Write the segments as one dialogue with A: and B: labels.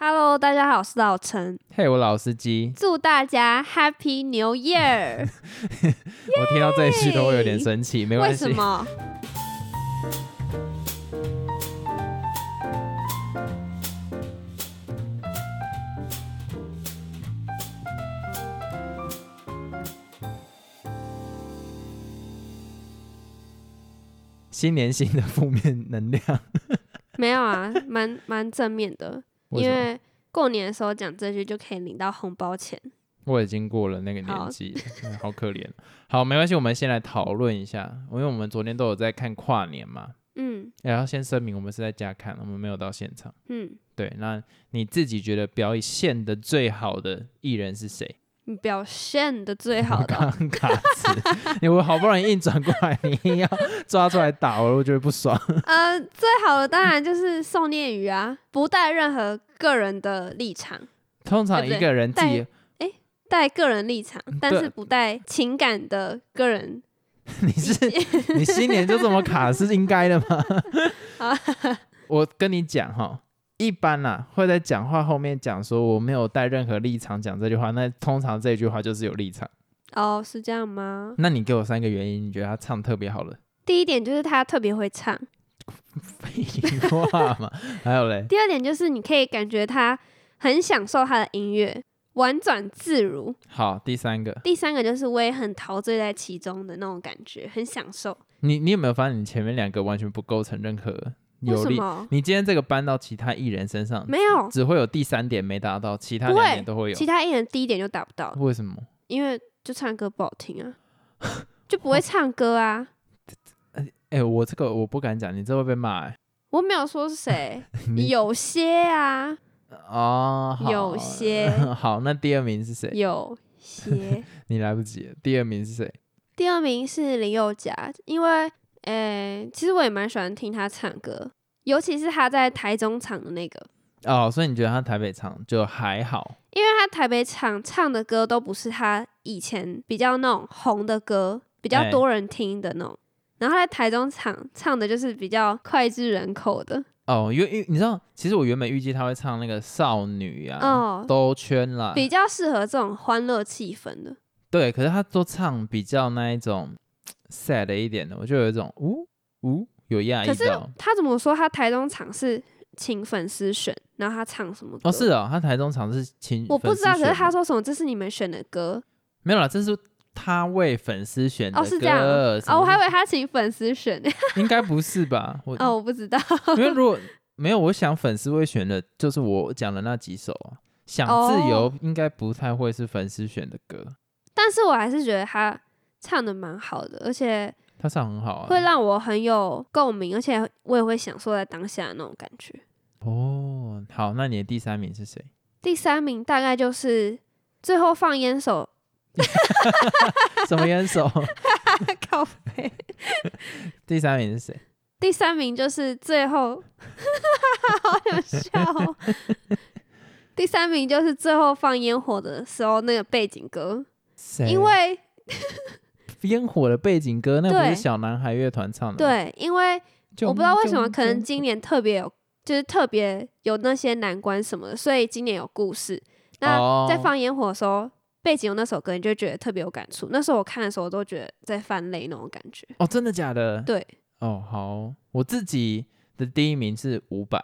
A: Hello，大家好，我是老陈，
B: 嘿、我老司机，
A: 祝大家 Happy New Year！
B: 我听到这一句都会有点生气， 没
A: 为
B: 关系
A: 什。么？
B: 新年新的负面能量，
A: 没有 啊，蛮蛮正面的，
B: 为
A: 因
B: 什么？
A: 为过年的时候讲这句就可以领到红包钱。
B: 我已经过了那个年
A: 好
B: 纪了，嗯好可怜。好，没关系，我们先来讨论一下，因为我们昨天都有在看跨年嘛，
A: 嗯
B: 也要先声明，我们是在家看，我们没有到现场。
A: 嗯，
B: 对，那你自己觉得表现的最好的艺人是谁？
A: 你表现的最好的
B: 我 刚
A: 哦，
B: 刚卡词， 你我好不容易硬转过来，你硬要抓出来打我，我觉得不爽。
A: 呃，最好的当然就是宋念宇啊，不带任何个人的立场，
B: 通常
A: 对不
B: 一
A: 对
B: 个人自己
A: 带个人立场，但
B: 嗯对
A: 是不带情感的个人。
B: 你是你新年就这么卡是应该的吗？ 我跟你讲哈，一般啦、会在讲话后面讲说我没有带任何立场讲这句话，那通常这句话就是有立场。
A: 哦，是这样吗？
B: 那你给我三个原因，你觉得他唱特别好的
A: 第一点就是他特别会唱。
B: 废话嘛？ 还有嘞，
A: 第二点就是你可以感觉他很享受他的音乐，婉转自如。
B: 好，第三个，
A: 第三个就是我也很陶醉在其中的那种感觉，很享受。
B: 你你有没有发现你前面两个完全不构成任何
A: 为
B: 有
A: 什
B: 力？嗯
A: 么？
B: 你今天这个搬到其他艺人身上，
A: 没有，
B: 只会有第三点没达到，其他
A: 不会
B: 两点都会有
A: 其。他艺人第一点就达不到，
B: 为什么？
A: 因为就唱歌不好听 啊，就不会唱歌啊。
B: 哎、我这个我不敢讲，你这会被骂、欸。
A: 我没有说是谁，
B: 你
A: 有些啊，
B: 哦，好
A: 有些
B: 好，那第二名是谁？
A: 有些。
B: 你来不及了。第二名是谁？
A: 第二名是林宥嘉，因为诶、其实我也蛮喜欢听他唱歌，尤其是他在台中场的那个，
B: 哦，所以你觉得他台北唱就还好？
A: 因为他台北场唱的歌都不是他以前比较那种红的歌，比较
B: 哎
A: 多人听的那种。然后他在台中场唱的就是比较脍炙人口的
B: 哦，因为因为你知道，其实我原本预计他会唱那个少女啊，
A: 哦，
B: 兜圈啦，
A: 比较适合这种欢乐气氛的。
B: 对，可是他都唱比较那一种 sad 一点的，我就有一种呜呜有压抑
A: 可是
B: 到。
A: 他怎么说？他台中场是请粉丝选，然后他唱什么歌？
B: 哦，是哦，他台中场是请
A: 我不
B: 粉
A: 知
B: 丝
A: 道。可是
B: 选
A: 他
B: 的
A: 说什么？这是你们选的歌
B: 没有啦，这是他为粉丝选的
A: 哦，
B: 歌，
A: 是这样哦
B: 什么
A: 哦，我还以为他请粉丝选呢。
B: 应该不是吧？我
A: 哦，我不知道。
B: 因为如果没有，我想粉丝会选的，就是我讲的那几首啊。想
A: 哦
B: 自由应该不太会是粉丝选的歌，
A: 但是我还是觉得他唱的蛮好的，而且
B: 他唱很好啊。
A: 会让我很有共鸣，而且我也会享受在当下的那种感觉。
B: 哦，好，那你的第三名是谁？
A: 第三名大概就是最后放烟手
B: 什么元首？
A: 靠背，
B: 第三名是谁？
A: 第三名就是最后， 好想笑、哦。第三名就是最后放烟火的时候那个背景歌，
B: 谁？
A: 因为
B: 烟火的背景歌，那不
A: 对
B: 是小男孩乐团唱的。，
A: 对，因为我不知道为什么，可能今年特别有，就是特别有那些难关什么的，所以今年有故事。那
B: 哦
A: 在放烟火的时候，背景有那首歌，你就会觉得特别有感触。那时候我看的时候，我都觉得在翻泪那种感觉。
B: 哦，真的假的？
A: 对
B: 哦，好，我自己的第一名是伍佰。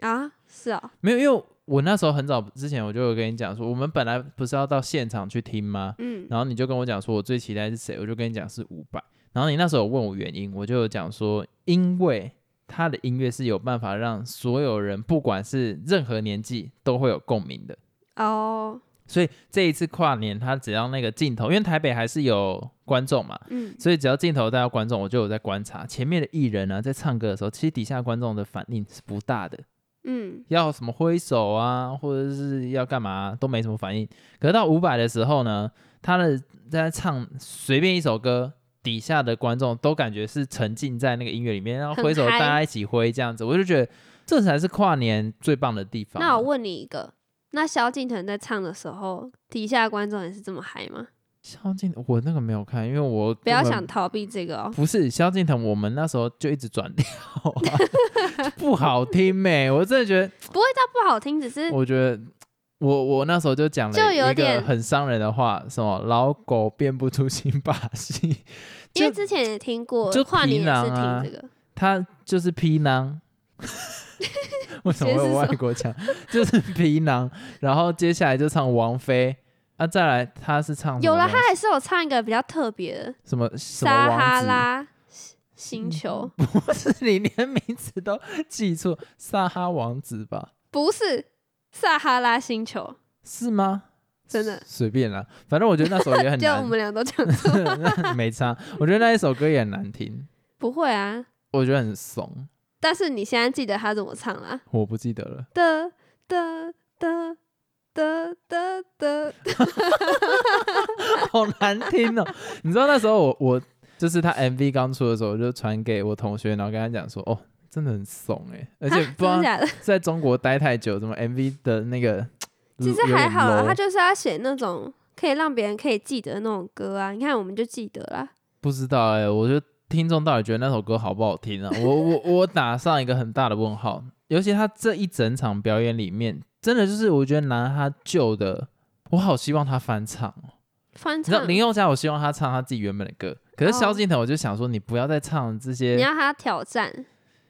A: 啊，是啊、
B: 没有，因为我那时候很早之前我就有跟你讲说，我们本来不是要到现场去听吗？
A: 嗯，
B: 然后你就跟我讲说，我最期待是谁？我就跟你讲是伍佰。然后你那时候有问我原因，我就有讲说，因为他的音乐是有办法让所有人，不管是任何年纪，都会有共鸣的。
A: 哦，
B: 所以这一次跨年，他只要那个镜头，因为台北还是有观众嘛，
A: 嗯，
B: 所以只要镜头带到观众，我就有在观察前面的艺人呢、在唱歌的时候，其实底下观众的反应是不大的。
A: 嗯，
B: 要什么挥手啊，或者是要干嘛啊、都没什么反应。可是到五百的时候呢，他的在唱随便一首歌，底下的观众都感觉是沉浸在那个音乐里面，然后
A: 很
B: 挥手
A: 嗨
B: 大家一起挥这样子，我就觉得这才是跨年最棒的地方啊。
A: 那我问你一个，那萧敬腾在唱的时候，底下观众也是这么嗨吗？
B: 萧敬我那个没有看，因为我
A: 不要
B: 根本
A: 想逃避这个哦。
B: 不是萧敬腾，我们那时候就一直转调、 啊，不好听没、我真的觉得，
A: 不会到不好听，只是
B: 我觉得我我那时候就讲
A: 就
B: 了
A: 有
B: 一个
A: 点
B: 很伤人的话，什么老狗变不出新把戏，
A: 因为
B: 就
A: 之前也听过
B: 就，
A: 跨年
B: 皮
A: 也
B: 囊
A: 是
B: 啊
A: 听这个，
B: 他就是皮 囊。为什么会有外国腔？就是皮囊，然后接下来就唱王菲，啊，再来他是唱什
A: 有
B: 么
A: 了，他还是有唱一个比较特别的《
B: 什么什么
A: 撒哈
B: 王子
A: 拉星球》，
B: 不是你连名字都记错，撒哈王子吧？
A: 不是撒哈拉星球，
B: 是吗？
A: 真的。
B: 随便啦，反正我觉得那首也 很
A: 就我
B: 难，
A: 们俩都讲错，
B: 那 没差。我觉得那一首歌也很难听，
A: 不会啊。
B: 我觉得很怂，
A: 但是你现在记得他怎么唱啦？
B: 我不记得 了。
A: 的的的的的的，
B: 好难听哦！你知道那时候我我就是他 MV 刚出的时候，我就传给我同学，然后跟他讲说，哦，真的很怂哎、而且
A: 啊
B: 不
A: 真
B: 知道
A: 的假的？
B: 在中国待太久，怎么 MV 的那个
A: 其实
B: 嗯有
A: 还
B: 点
A: 好啦，
B: low
A: 他就是要写那种可以让别人可以记得的那种歌啊。你看，我们就记得啦。
B: 不知道哎、我觉得听众到底觉得那首歌好不好听啊？我我我打上一个很大的问号，尤其他这一整场表演里面，真的就是我觉得拿他旧的，我好希望他翻唱哦。
A: 翻
B: 你知道
A: 唱，
B: 林宥嘉，我希望他唱他自己原本的歌，可是萧
A: 哦
B: 敬腾，我就想说你不要再唱这
A: 你
B: 些，
A: 要他挑战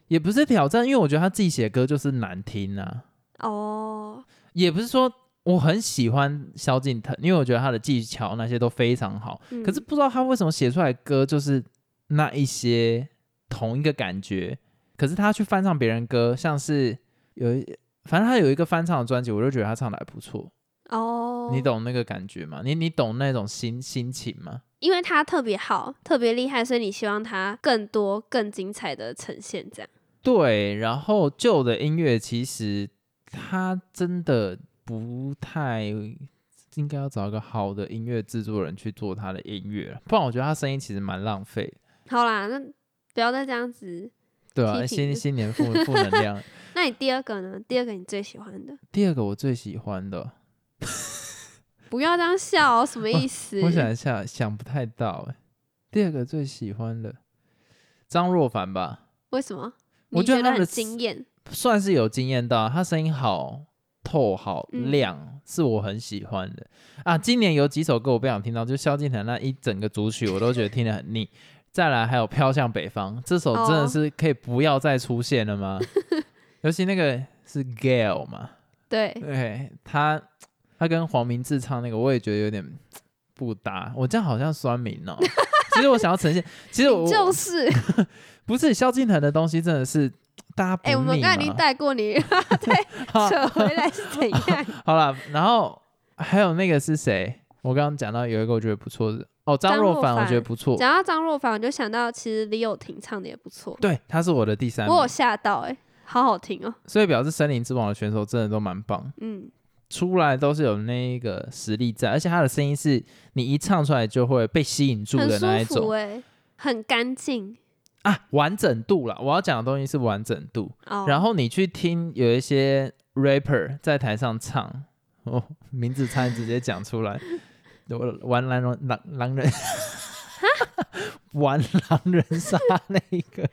B: 也不是挑战，因为我觉得他自己写歌就是难听啊，
A: 哦。
B: 也不是说。我很喜欢萧敬腾，因为我觉得他的技巧那些都非常好，
A: 嗯
B: 可是不知道他为什么写出来的歌就是那一些同一个感觉，可是他去翻唱别人歌，像是有一，反正他有一个翻唱的专辑，我就觉得他唱的还不错。
A: 哦，
B: 你，懂那个感觉吗？你你懂那种心心情吗？
A: 因为他特别好，特别厉害，所以你希望他更多、更精彩的呈现，这样。
B: 对，然后旧的音乐其实他真的不太应该要找一个好的音乐制作人去做他的音乐，不然我觉得他声音其实蛮浪费的。
A: 好啦，那不要再这样子。
B: 对啊，
A: 批评
B: 新新年负负能量。
A: 那你第二个呢？第二个你最喜欢的？
B: 第二个我最喜欢的，
A: 不要这样笑哦、什么意思？
B: 我想一下，想不太到哎、第二个最喜欢的张若凡吧，
A: 为什么？
B: 我
A: 你
B: 觉得
A: 觉
B: 他
A: 得
B: 的
A: 很
B: 词
A: 惊艳
B: 算是有惊艳到，他声音好透好
A: 嗯
B: 亮，是我很喜欢的啊。今年有几首歌我不想听到，就萧敬腾那一整个主曲我都觉得听得很腻。 再来还有《飘向北方》这首真的
A: 哦
B: 是可以不要再出现了吗？ 尤其那个是 Gail 嘛，
A: 对，
B: 对他，他跟黄明志唱那个，我也觉得有点不搭。我这样好像酸民 哦。其实我想要呈现，其实我
A: 你就是
B: 不是萧敬腾的东西，真的是大家不
A: 哎、我们
B: 腻
A: 刚才已经
B: 嘛
A: 带过你，
B: 好
A: 扯回来是怎 样？
B: 好了，然后还有那个是谁？我刚刚讲到有一个我觉得不错的哦，张
A: 张
B: 若
A: 若
B: 凡，我觉得
A: 凡
B: 不错。
A: 讲到张若凡，我就想到其实李友廷唱的也不错，
B: 对，他是我的第三
A: 我有
B: 名，
A: 吓到哎、好好听哦、
B: 所以表示《森林之王》的选手真的都蛮棒，
A: 嗯，
B: 出来都是有那个实力在，而且他的声音是你一唱出来就会被吸引住
A: 很
B: 的那一
A: 舒
B: 种
A: 服。哎、很干净
B: 啊，完整度啦，我要讲的东西是完整度。
A: 哦。
B: 然后你去听有一些 rapper 在台上唱，哦，名字差点直接讲出来， 我玩狼人狼 狼人，玩狼人杀那一个，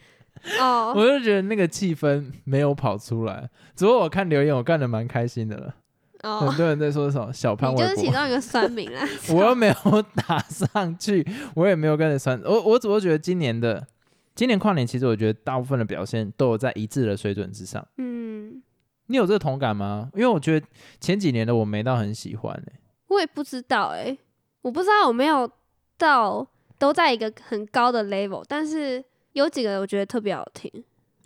A: 哦，
B: 我就觉得那个气氛没有跑出来。只不过我看留言，我看的蛮开心的了，
A: 哦
B: 很，多人在说什么小潘
A: 你
B: 玮
A: 就是其
B: 柏。。
A: 中一个酸民啊啦
B: 我又没有打上去，我也没有跟着穿，我我只会觉得今年的今年跨年，其实我觉得大部分的表现都有在一致的水准之上。
A: 嗯，
B: 你有这个同感吗？因为我觉得前几年的我没到很喜欢、欸、
A: 我也不知道哎、我不知道有没有到都在一个很高的 level，但是有几个我觉得特别好听。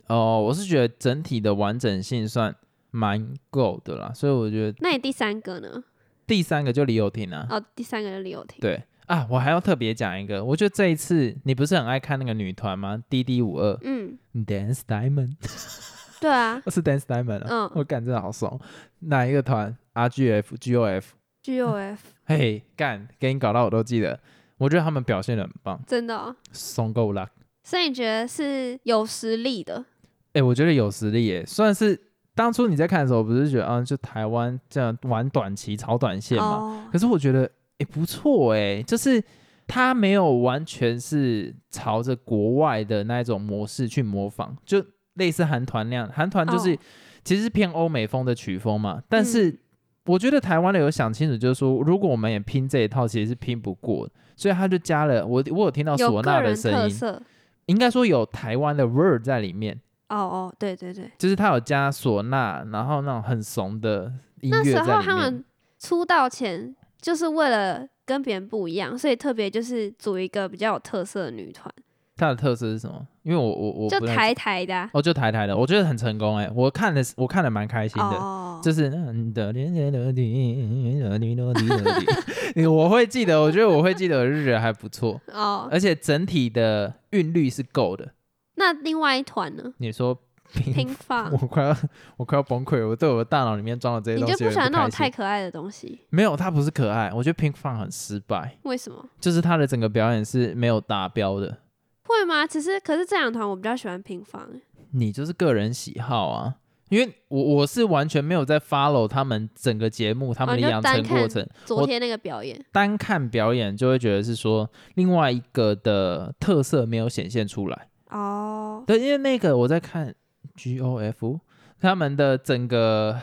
B: 哦，我是觉得整体的完整性算蛮够的啦，所以我觉得
A: 那你第三个呢？
B: 第三个就李友廷啊，
A: 哦，第三个就是李友廷。
B: 对啊，我还要特别讲一个，我觉得这一次你不是很爱看那个女团吗？D D 五二
A: 嗯，
B: Dance Diamond，
A: 对啊
B: 是 Dance Diamond 啊，
A: 嗯
B: 我感真的好怂，哪一个团？R G F G O F。
A: ，G O F
B: 嘿，干，给你搞到我都记得。我觉得他们表现的很棒，
A: 真的、哦，
B: 松够啦。
A: 所以你觉得是有实力的？
B: 哎、我觉得有实力耶，算是当初你在看的时候，不是觉得啊，就台湾这样玩短期、炒短线嘛？
A: 哦，
B: 可是我觉得，哎、也不错哎，就是他没有完全是朝着国外的那一种模式去模仿，就类似韩团那样。韩团就是、
A: 哦
B: 其实是偏欧美风的曲风嘛，但是
A: 嗯
B: 我觉得台湾的有想清楚，就是说如果我们也拼这一套，其实是拼不过的，所以他就加了我我有听到唢
A: 有
B: 呐
A: 个
B: 的
A: 人特
B: 声音，
A: 色。
B: 应该说有台湾的 word 在里面，
A: 哦哦，对对对，
B: 就是他有加唢呐，然后那种很怂的音
A: 那
B: 乐
A: 时
B: 在里
A: 候
B: 面。
A: 他们出道前就是为了跟别人不一样，所以特别就是组一个比较有特色的女团，
B: 它的特色是什么？因为我我我
A: 就
B: 不
A: 台
B: 太
A: 台的啊、
B: 哦，就台台的，我觉得很成功哎、我看的是我看的蛮开心的，
A: 哦，
B: 就是嗯那我会记得，我觉得我会记得，我就觉得还不 错，
A: 哦，
B: 而且整体的韵律是够的。
A: 那另外一团 呢？
B: 你说平，
A: 拼放
B: 我，快要我快要崩溃了，我对我的大脑里面装的这些
A: 你
B: 东
A: 就
B: 西有
A: 不喜欢
B: 点
A: 那
B: 开
A: 种
B: 心
A: 太。可爱的东西？
B: 没有，它不是可爱，我觉得 Pink Fun 很失败，
A: 为什么？
B: 就是它的整个表演是没有达标的。
A: 会吗？其实，可是这两团我比较喜欢拼放、欸
B: 你就是个人喜好啊，因为我我是完全没有在 follow 他们整个节目他
A: 哦
B: 们的
A: 你就
B: 养
A: 单
B: 成
A: 看
B: 过程，
A: 昨
B: 我
A: 天那个表演，
B: 单看表演就会觉得是说另外一个的特色没有显现出来。
A: 哦，
B: 对，因为那个我在看 G O F 他们的整个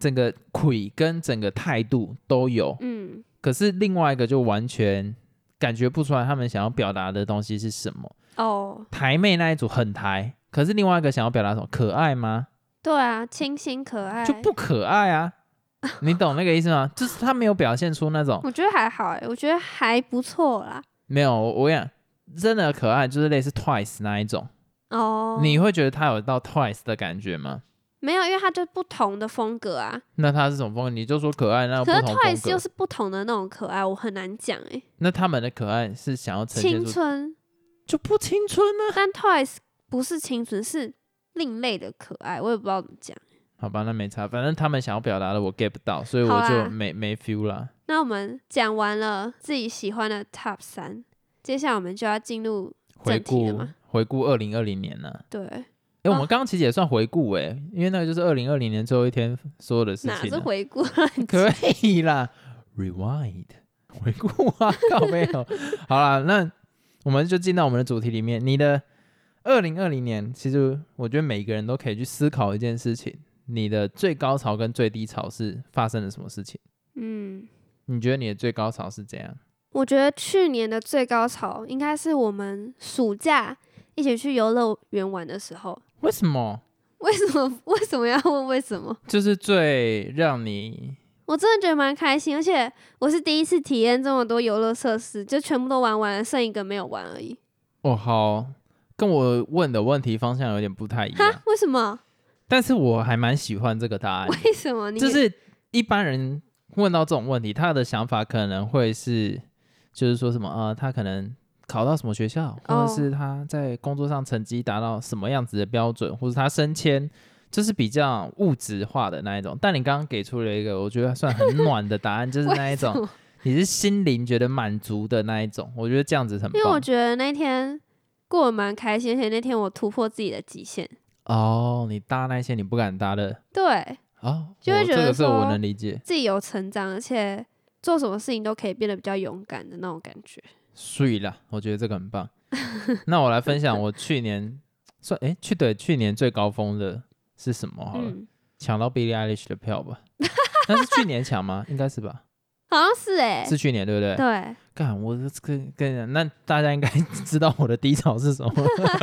B: 整个魁跟整个态度都有，
A: 嗯，
B: 可是另外一个就完全感觉不出来他们想要表达的东西是什么。
A: 哦，
B: 台妹那一组很台，可是另外一个想要表达什么？可爱吗？
A: 对啊，清新可爱，
B: 就不可爱 啊，你懂那个意思吗？就是他没有表现出那种
A: 我觉得还好哎、我觉得还不错啦。
B: 没有，我我跟你讲，真的可爱就是类似 Twice 那一种，
A: 哦，
B: 你会觉得他有到 Twice 的感觉吗？
A: 没有，因为它就不同的风格啊。
B: 那他是什么风格？你就说可爱，啊那有不
A: 可是
B: 同风
A: Twice
B: 格
A: 又。是不同的那种可爱，我很难讲哎、
B: 那他们的可爱是想要呈现
A: 青
B: 出
A: 春，
B: 就不青春啊呢、
A: 但 Twice 不是青春，是另类的可爱，我也不知道怎么讲。
B: 好吧，那没差，反正他们想要表达的我 get 不到，所以
A: 好
B: 我
A: 啦
B: 就没没 feel 啦。
A: 那我们讲完了自己喜欢的 Top 三，接下来我们就要进入
B: 回
A: 正题了
B: 顾
A: 吗
B: 回顾二零二零年呢、啊，
A: 对
B: 哎、我
A: 啊
B: 们刚刚其实也算回顾哎、因为那个就是二零二零年最后一天所有的事情、啊。
A: 哪是回顾
B: 可以啦，rewind 回顾啊， 靠没有。好啦，那我们就进到我们的主题里面。你的二零二零年，其实我觉得每个人都可以去思考一件事情：你的最高潮跟最低潮是发生了什么事情？
A: 嗯，
B: 你觉得你的最高潮是怎样？
A: 我觉得去年的最高潮应该是我们暑假一起去游乐园玩的时候。
B: 为什么？
A: 为什么 为什么要问为什么？
B: 就是最让你
A: 我真的觉得蛮开心，而且我是第一次体验这么多游乐设施，就全部都玩完了，剩一个没有玩而已。
B: 哦，好，跟我问的问题方向有点不太一 样
A: 哈，，为什么？
B: 但是我还蛮喜欢这个答案的。
A: 为什么你？
B: 就是一般人问到这种问题，他的想法可能会是，就是说什么啊、呃他可能考到什么学校，或
A: 哦
B: 者是他在工作上成绩达到什么样子的标准，或者他升迁，就是比较物质化的那一种。但你刚刚给出了一个我觉得算很暖的答案，就是那一
A: 为什
B: 种
A: 么
B: 你是心灵觉得满足的那一种，我觉得这样子很
A: 因为我
B: 棒。
A: 觉得那天过得蛮开心，而且那天我突破自己的极限，
B: 哦，你搭那些你不敢搭的。
A: 对
B: 哦，
A: 就会
B: 我
A: 觉
B: 这
A: 得
B: 个是我
A: 说
B: 能理解，
A: 自己有成长，而且做什么事情都可以变得比较勇敢的那种感觉。
B: 睡啦，我觉得这个很棒。 那我来 分享我去年算诶，去对去年最高峰的是什么好了？
A: 嗯，
B: 抢到 Billie Eilish 的票吧？ 那是去年 抢吗？应该是吧，
A: 好像是哎、
B: 是去年对不对？
A: 对，
B: 干，我这跟跟你讲，那大家应该知道我的低潮是什么。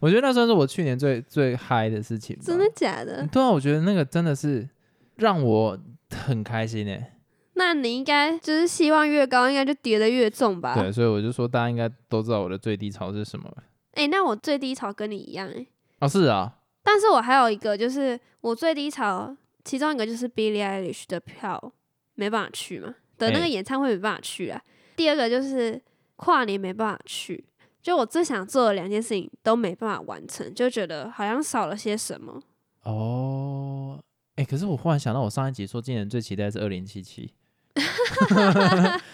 B: 我觉得那算是我去年最最嗨的事情吧。
A: 真的假的？
B: 对啊，我觉得那个真的是让我很开心诶、欸
A: 那你应该就是希望越高，应该就跌得越重吧？
B: 对，所以我就说大家应该都知道我的最低潮是什么了。
A: 哎、那我最低潮跟你一样哎、
B: 哦，是啊，
A: 但是我还有一个，就是我最低潮，其中一个就是 Billie Eilish 的票没办法去嘛，的那
B: 哎
A: 个演唱会没办法去啊。第二个就是跨年没办法去，就我最想做的两件事情都没办法完成，就觉得好像少了些什么。
B: 哦，哎、可是我忽然想到，我上一集说今年最期待的是二零 七七，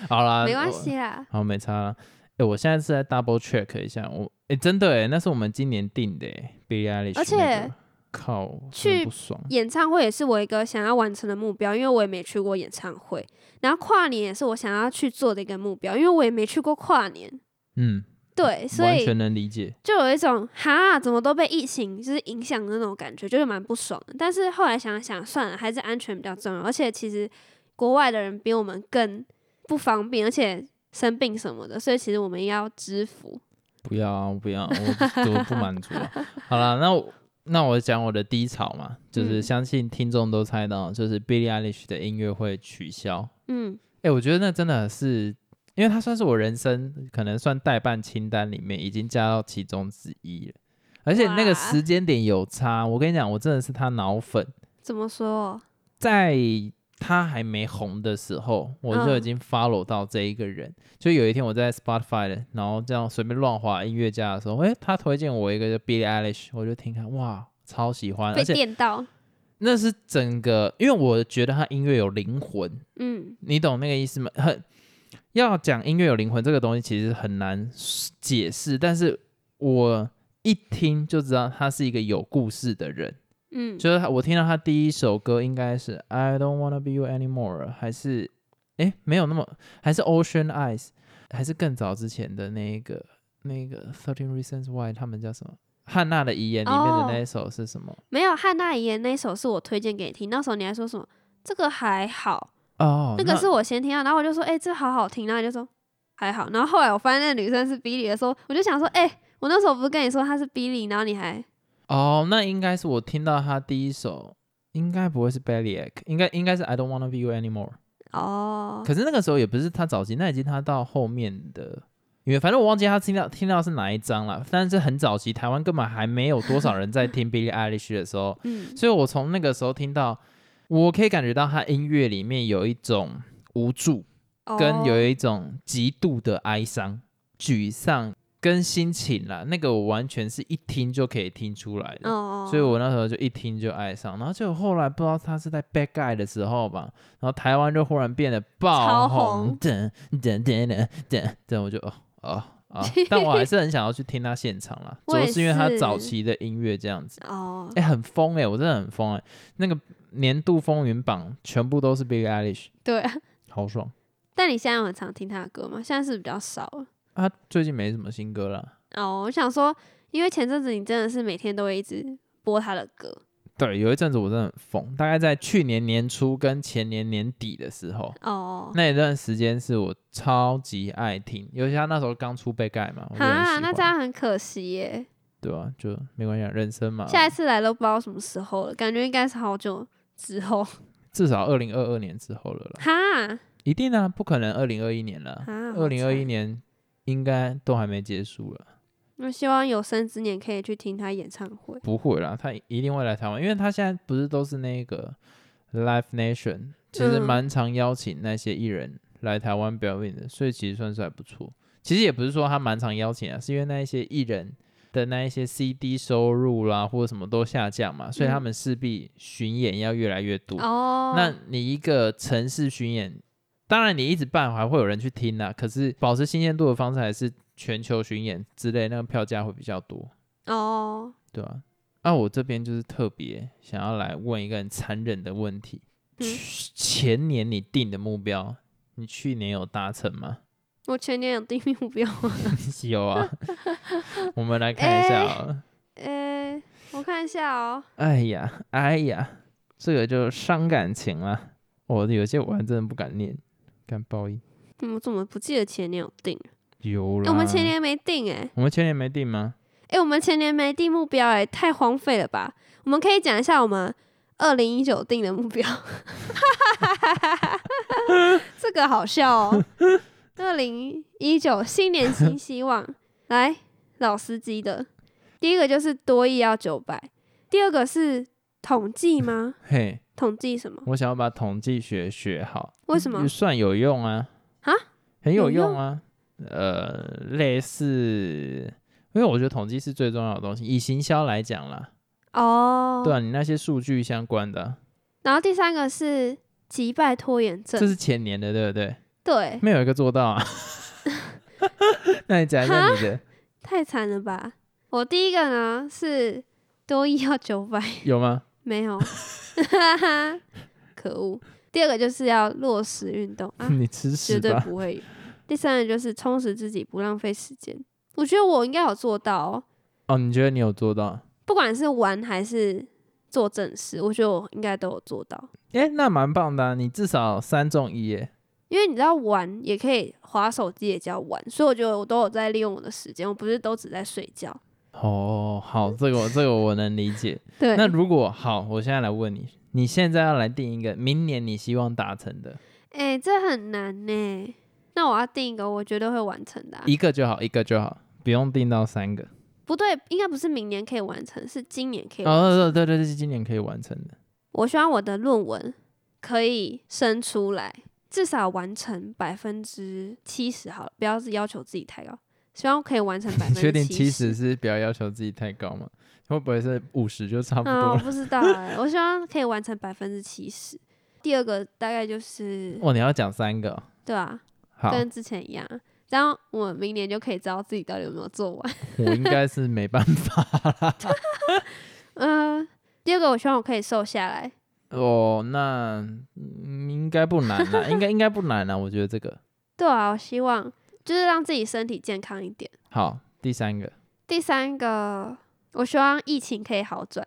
B: 好啦，
A: 没关
B: 啊我，
A: 系啦，
B: 好没差啦。哎、我现在是在 double check 一下，我哎、真的哎、那是我们今年定的哎、b i l l i e Eilish，
A: 而
B: 那个
A: 且
B: 靠，我真的
A: 去
B: 不爽。
A: 演唱会也是我一个想要完成的目标，因为我也没去过演唱会。然后跨年也是我想要去做的一个目标，因为我也没去过跨年。
B: 嗯，
A: 对，所
B: 完
A: 以
B: 全能理解。
A: 就有一种哈，怎么都被疫情就是影响的那种感觉，就是蛮不爽的。但是后来想想，算了，还是安全比较重要。而且其实国外的人比我们更不方便，而且生病什么的，所以其实我们要知福。
B: 不要啊不要啊，我我不满足啊。好了，那我那我讲我的低潮嘛，就是
A: 嗯
B: 相信听众都猜到，就是 Billie Eilish 的音乐会取消。
A: 嗯
B: 哎、我觉得那真的是，因为它算是我人生可能算代办清单里面已经加到其中之一了，而且那个
A: 哇
B: 时间点有差。我跟你讲，我真的是他脑粉，
A: 怎么说？哦
B: 在他还没红的时候，我就已
A: 嗯
B: 经 follow 到这一个人。就有一天我在 Spotify，的然后这样随便乱滑音乐家的时候，诶，他推荐我一个叫 Billie Eilish，我就听看，哇，超喜欢，呃而
A: 被
B: 且
A: 电到？
B: 那是整个，因为我觉得他音乐有灵魂，
A: 嗯
B: 你懂那个意思吗？很要讲音乐有灵魂这个东西，其实很难解释，但是我一听就知道他是一个有故事的人。
A: 嗯，
B: 就是他我听到他第一首歌应该是 I Don't Wanna Be You Anymore，还是诶没有那么，还是 Ocean Eyes，还是更早之前的那一个那个 Thirteen Reasons Why，他们叫什么？汉娜的遗言里面
A: 哦
B: 的那一首是什么？
A: 没有汉娜遗言那首是我推荐给你听，那时候你还说什么？这个还好，
B: 哦，
A: 那个是我先听到，然后我就说，哎、这好好听，然后你就说还好，然后后来我发现那个女生是 Billy 的时候，我就想说，哎、我那时候不是跟你说她是 Billy，然后你还
B: 哦，那应该是我听到他第一首，应该不会是 Bellyache，应该应该是 I Don't Wanna Be You Anymore。
A: 哦，
B: 可是那个时候也不是他早期，那已经他到后面的，因为反正我忘记他听到听到是哪一张了，但是很早期，台湾根本还没有多少人在听 Billie Eilish 的时候，
A: 嗯
B: 所以我从那个时候听到，我可以感觉到他音乐里面有一种无助，跟有
A: 哦
B: 一种极度的哀伤、沮丧跟心情啦，那个我完全是一听就可以听出来的。
A: 哦，
B: 所以我那时候就一听就爱上，然后就后来不知道他是在 Bad Guy 的时候吧，然后台湾就忽然变得爆
A: 超
B: 红
A: 红，
B: 噔噔噔噔噔噔，我就哦哦 哦，但我还是很想要去听他现场啦，主
A: 我
B: 要
A: 也
B: 是因为他
A: 是
B: 早期的音乐这样子，
A: 哦，
B: 哎、很疯哎、我真的很疯哎、那个年度风云榜全部都是 Billie Eilish，
A: 对啊，
B: 好爽
A: 但你现在有很常听她的歌吗？现在是比较少了
B: 啊！最近没什么新歌啦，
A: 哦。我想说，因为前阵子你真的是每天都会一直播她的歌
B: 对，有一阵子我真的很疯，大概在去年年初跟前年年底的时候，
A: 哦，
B: 那一段时间是我超级爱听，尤其他那时候刚出被盖嘛，我就很喜
A: 哈，
B: 欢
A: 那这样很可惜耶，
B: 对吧、就没关系啊，人生嘛，
A: 下一次来都不知道什么时候了，感觉应该是好久之后
B: 至少二零二二年之后了啦，
A: 哈
B: 一定啊，不可能二零二一年了，
A: 哈，
B: 二零二一
A: 年。
B: 年应该都还没结束了，
A: 我希望有生之年可以去听他演唱会。
B: 不会啦，他一定会来台湾，因为他现在不是都是那个 Live Nation，其实
A: 嗯
B: 蛮常邀请那些艺人来台湾表演的，所以其实算是还不错。其实也不是说他蛮常邀请啊，是因为那一些艺人的那一些 CD 收入啦或者什么都下降嘛，所以他们势必巡演要越来越多。
A: 嗯哦，
B: 那你一个城市巡演，当然你一直办还会有人去听啦，可是保持新鲜度的方式还是全球巡演之类，那个票价会比较多。
A: 哦，
B: 对啊，啊，我这边就是特别想要来问一个很残忍的问题：
A: 嗯
B: 去前年你定的目标，你去年有达成吗？
A: 我前年有定目标，
B: 有啊，我们来看一下
A: 哎
B: 好了。
A: 诶、我看一下哦。
B: 哎呀，哎呀，这个就伤感情了。我有些我还真的不敢念，敢报应。
A: 嗯我怎么不记得前年有定？
B: 有
A: 诶
B: 了、
A: 我们前，年没定诶、诶
B: 我们前年没定吗？
A: 哎我们前年没定目标诶、太荒废了吧？我们可以讲一下我们二零一九定的目标， 这个好笑哦。二零一九新年新希望，来老司机的，第一个就是多益要九百，第二个是统计吗？
B: 嘿，
A: 统计什么？
B: 我想要把统计学学好。
A: 为什么
B: 预？算有用啊？
A: 啊，
B: 很有
A: 有用
B: 用啊。呃，类似，因为我觉得统计是最重要的东西。以行销来讲啦，
A: 哦，
B: 对啊，你那些数据相关的啊，
A: 然后第三个是击败拖延
B: 这
A: 症，
B: 是前年的，对不对？
A: 对，
B: 没有一个做到啊。 那你讲一下你的，
A: 太惨了吧！我第一个呢是多一要九百，
B: 有吗？
A: 没有， 可恶。第二个就是要落实运动啊，
B: 你吃
A: 绝
B: 屎
A: 对
B: 嗯吧！
A: 不会有。第三个就是充实自己，不浪费时间。我觉得我应该有做到、哦，
B: 哦，你觉得你有做到？
A: 不管是玩还是做正事，我觉得我应该都有做到。
B: 哎，那蛮棒的、啊，你至少三中一耶。
A: 因为你知道玩也可以划手机，也叫玩，所以我觉得我都有在利用我的时间，我不是都只在睡觉。
B: 哦，好，这个我这个我能理解。
A: 对，
B: 那如果好，我现在来问你，你现在要来定一个明年你希望达成的
A: 哎、这很难呢、那我要定一个我绝对会完成的啊、
B: 一个就好，一个就好，不用定到三个。
A: 不对，应该不是明年可以完成，是今年可以完成。
B: 哦，对对对，是今年可以完成的。
A: 我希望我的论文可以生出来，至少完成百分之七十好了，不要是要求自己太高，希望可以完成百 分
B: 你
A: 之
B: 确定七
A: 十
B: 十。是不要要求自己太高吗？会不会是五十就差不
A: 啊、
B: 多
A: 我
B: 了？
A: 不知道哎、我希望可以完成百分之七十。第二个大概就是，
B: 哦，你要讲三个哦、
A: 对啊，
B: 好，
A: 跟之前一样，这样我明年就可以知道自己到底有没有做完。
B: 我应该是没办法
A: 嗯、第二个我希望我可以瘦下来，
B: 哦。那、嗯应该不难啦，应该应该不难啦。我觉得这个
A: 对啊，我希望就是让自己身体健康一点。
B: 好。第三个，
A: 第三个，我希望疫情可以好转。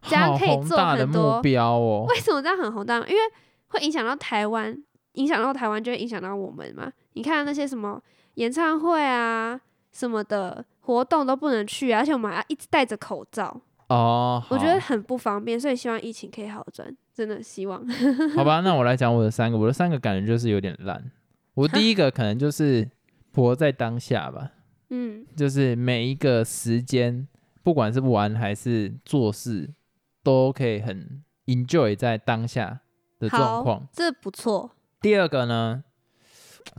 A: 这样
B: 好
A: 可以
B: 宏
A: 做
B: 大的
A: 很多
B: 目标哦。
A: 为什么这样很宏大？因为会影响到台湾，影响到台湾就会影响到我们嘛。你看那些什么演唱会啊什么的活动都不能去、啊，而且我们还要一直戴着口罩，
B: 哦，
A: 我觉
B: 好
A: 得很不方便，所以希望疫情可以好转，真的希望。
B: 好吧，那我来讲我的三个，我的三个感觉就是有点烂。我第一个可能就是活在当下吧，
A: 嗯，
B: 就是每一个时间，不管是玩还是做事，都可以很 enjoy 在当下的状
A: 好
B: 况。，
A: 这不错。
B: 第二个呢，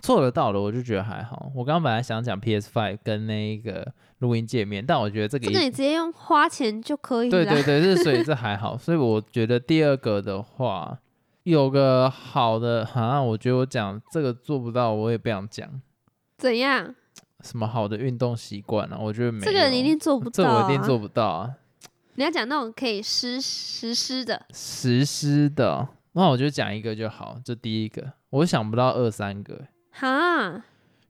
B: 做得到的我就觉得还好。我刚刚本来想讲 PS Five 跟那个录音界面，但我觉得这个
A: 这
B: 一
A: 个你直接用花钱就可以了。
B: 对对对， 是所以这还好，所以我觉得第二个的话，有个好的啊，我觉得我讲这个做不到，我也不想讲
A: 怎样？
B: 什么好的运动习惯啊，我觉得没有，
A: 这个你一定做不
B: 这
A: 到、啊。
B: 我一定做不到啊，
A: 你要讲那种可以实实施的。
B: 实施的，那我就讲一个就好，这第一个，我想不到二三个，
A: 哈，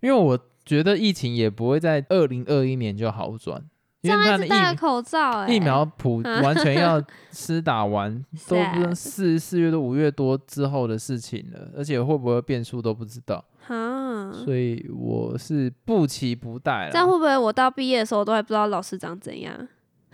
B: 因为我觉得疫情也不会在二零二一年就好转，
A: 这
B: 因为它
A: 样
B: 的
A: 一直
B: 疫
A: 戴着口罩、哎，
B: 疫苗普
A: 啊
B: 完全要施打完，都不知道
A: Sad
B: 四四月多五月多之后的事情了，而且会不会变数都不知道，
A: 哈，
B: 所以我是不期不待
A: 嗯这样
B: 了。
A: 会不会我到毕业的时候都还不知道老师长怎样，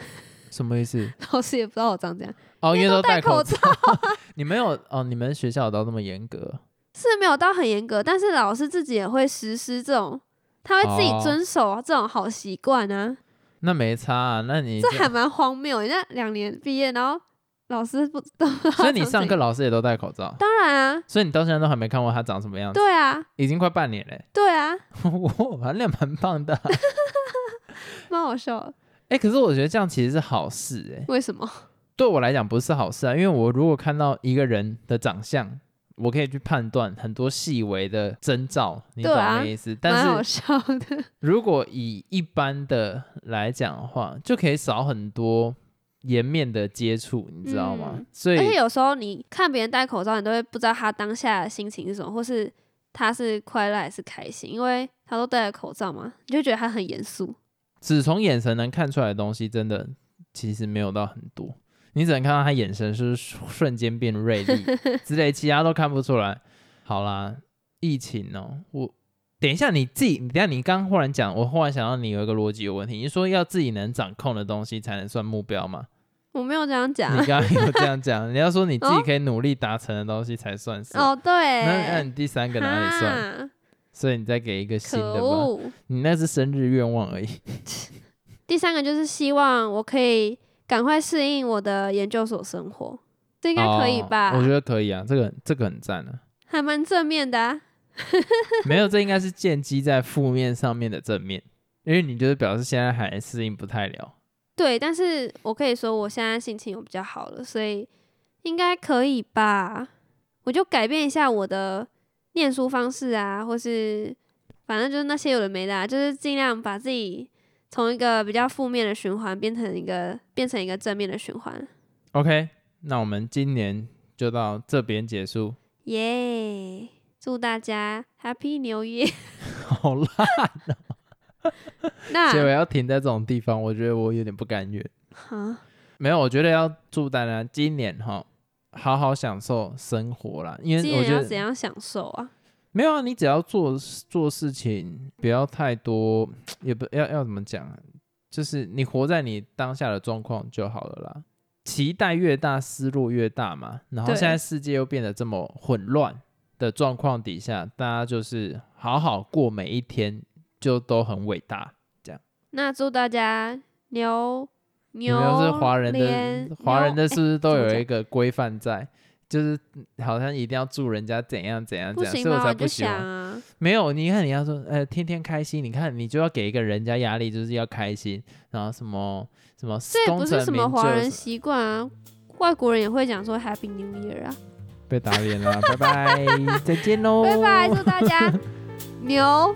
B: 什么意思？
A: 老师也不知道我长怎样？
B: 哦，因为都
A: 戴
B: 戴口
A: 罩
B: 你们有哦？你们学校有到那么严格？
A: 是没有到很严格，但是老师自己也会实施这种，他会自己
B: 哦
A: 遵守这种好习惯啊，
B: 那没差啊，那你
A: 这还蛮荒谬。人家两年毕业，然后老师不知道，
B: 所以你上课老师也都戴口罩，
A: 当然啊，
B: 所以你到现在都还没看过他长什么样子，
A: 对啊，
B: 已经快半年嘞、
A: 对啊，
B: 我反正蛮棒的啊。
A: 蛮好笑的。
B: 哎、可是我觉得这样其实是好事哎、
A: 为什么？
B: 对我来讲不是好事啊，因为我如果看到一个人的长相，我可以去判断很多细微的征兆，你懂
A: 对啊
B: 那意思？
A: 蛮好
B: 但是
A: 笑的。
B: 如果以一般的来讲的话，就可以少很多颜面的接触，你知道吗？
A: 嗯
B: 所
A: 而且
B: 以
A: 有时候你看别人戴口罩，你都会不知道他当下的心情是什么，或是他是快乐还是开心，因为他都戴了口罩嘛，你就觉得他很严肃。
B: 只从眼神能看出来的东西，真的其实没有到很多。你只能看到他眼神是瞬间变锐利 之类，其他都看不出来。好啦，疫情哦，我等一下你自己，你等一下你刚忽然讲，我忽然想到你有一个逻辑有问题，你说要自己能掌控的东西才能算目标嘛？
A: 我没有这样讲
B: 你
A: 啊。
B: 刚刚有这样讲，你要说你自己
A: 哦
B: 可以努力达成的东西才算是。
A: 哦，对，
B: 那那你第三个哪里算？
A: 哈
B: 所以你再给一个新
A: 可
B: 的吧，
A: 恶！
B: 你那是生日愿望而已。
A: 第三个就是希望我可以赶快适应我的研究所生活，这应该可以吧？
B: 哦我觉得可以啊，这个这个很赞啊。
A: 还蛮正面的、啊。
B: 没有，这应该是建基在负面上面的正面，因为你就是表示现在还适应不太了。
A: 对，但是我可以说我现在心情有比较好了，所以应该可以吧？我就改变一下我的念书方式啊，或是反正就是那些有的没的、啊，就是尽量把自己从一个比较负面的循环变成一个变成一个正面的循环。
B: OK，那我们今年就到这边结束。
A: 耶、祝大家 Happy New Year！
B: 好啦，结
A: 那
B: 尾要停在这种地方，我觉得我有点不甘愿。
A: 啊，
B: 没有，我觉得要祝大家今年哈好好享受生活啦，因
A: 今
B: 为我
A: 年
B: 觉
A: 要怎
B: 得
A: 样享受啊？
B: 没有啊，你只要做做事情不要太多，也不要要怎么讲啊，就是你活在你当下的状况就好了啦。期待越大，失落越大嘛。然后
A: 对
B: 现在世界又变得这么混乱的状况底下，大家就是好好过每一天，就都很伟大。
A: 那祝大家牛
B: 你
A: 牛
B: 们是华人
A: 连
B: 的，华人
A: 牛
B: 的是不是都
A: 怎么
B: 有
A: 讲
B: 一个规范在？就是好像一定要祝人家怎样怎样
A: 哎不
B: 怎样，
A: 行
B: 所以我
A: 吗？
B: 才
A: 我
B: 不
A: 就
B: 喜
A: 想
B: 欢。
A: 啊，
B: 没有，你看你要说，呃，天天开心，你看你就要给一个人家压力，就是要开心，然后什么什么
A: 这也
B: 功
A: 不
B: 成
A: 是什
B: 名
A: 么
B: 就
A: 华人
B: 什么
A: 习惯啊，外国人也会讲说 Happy New Year 啊。
B: 被打脸了，拜拜，再见喽，
A: 拜拜，祝大 家牛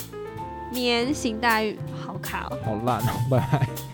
A: 年行大运，好卡哦。
B: 好烂哦，拜拜。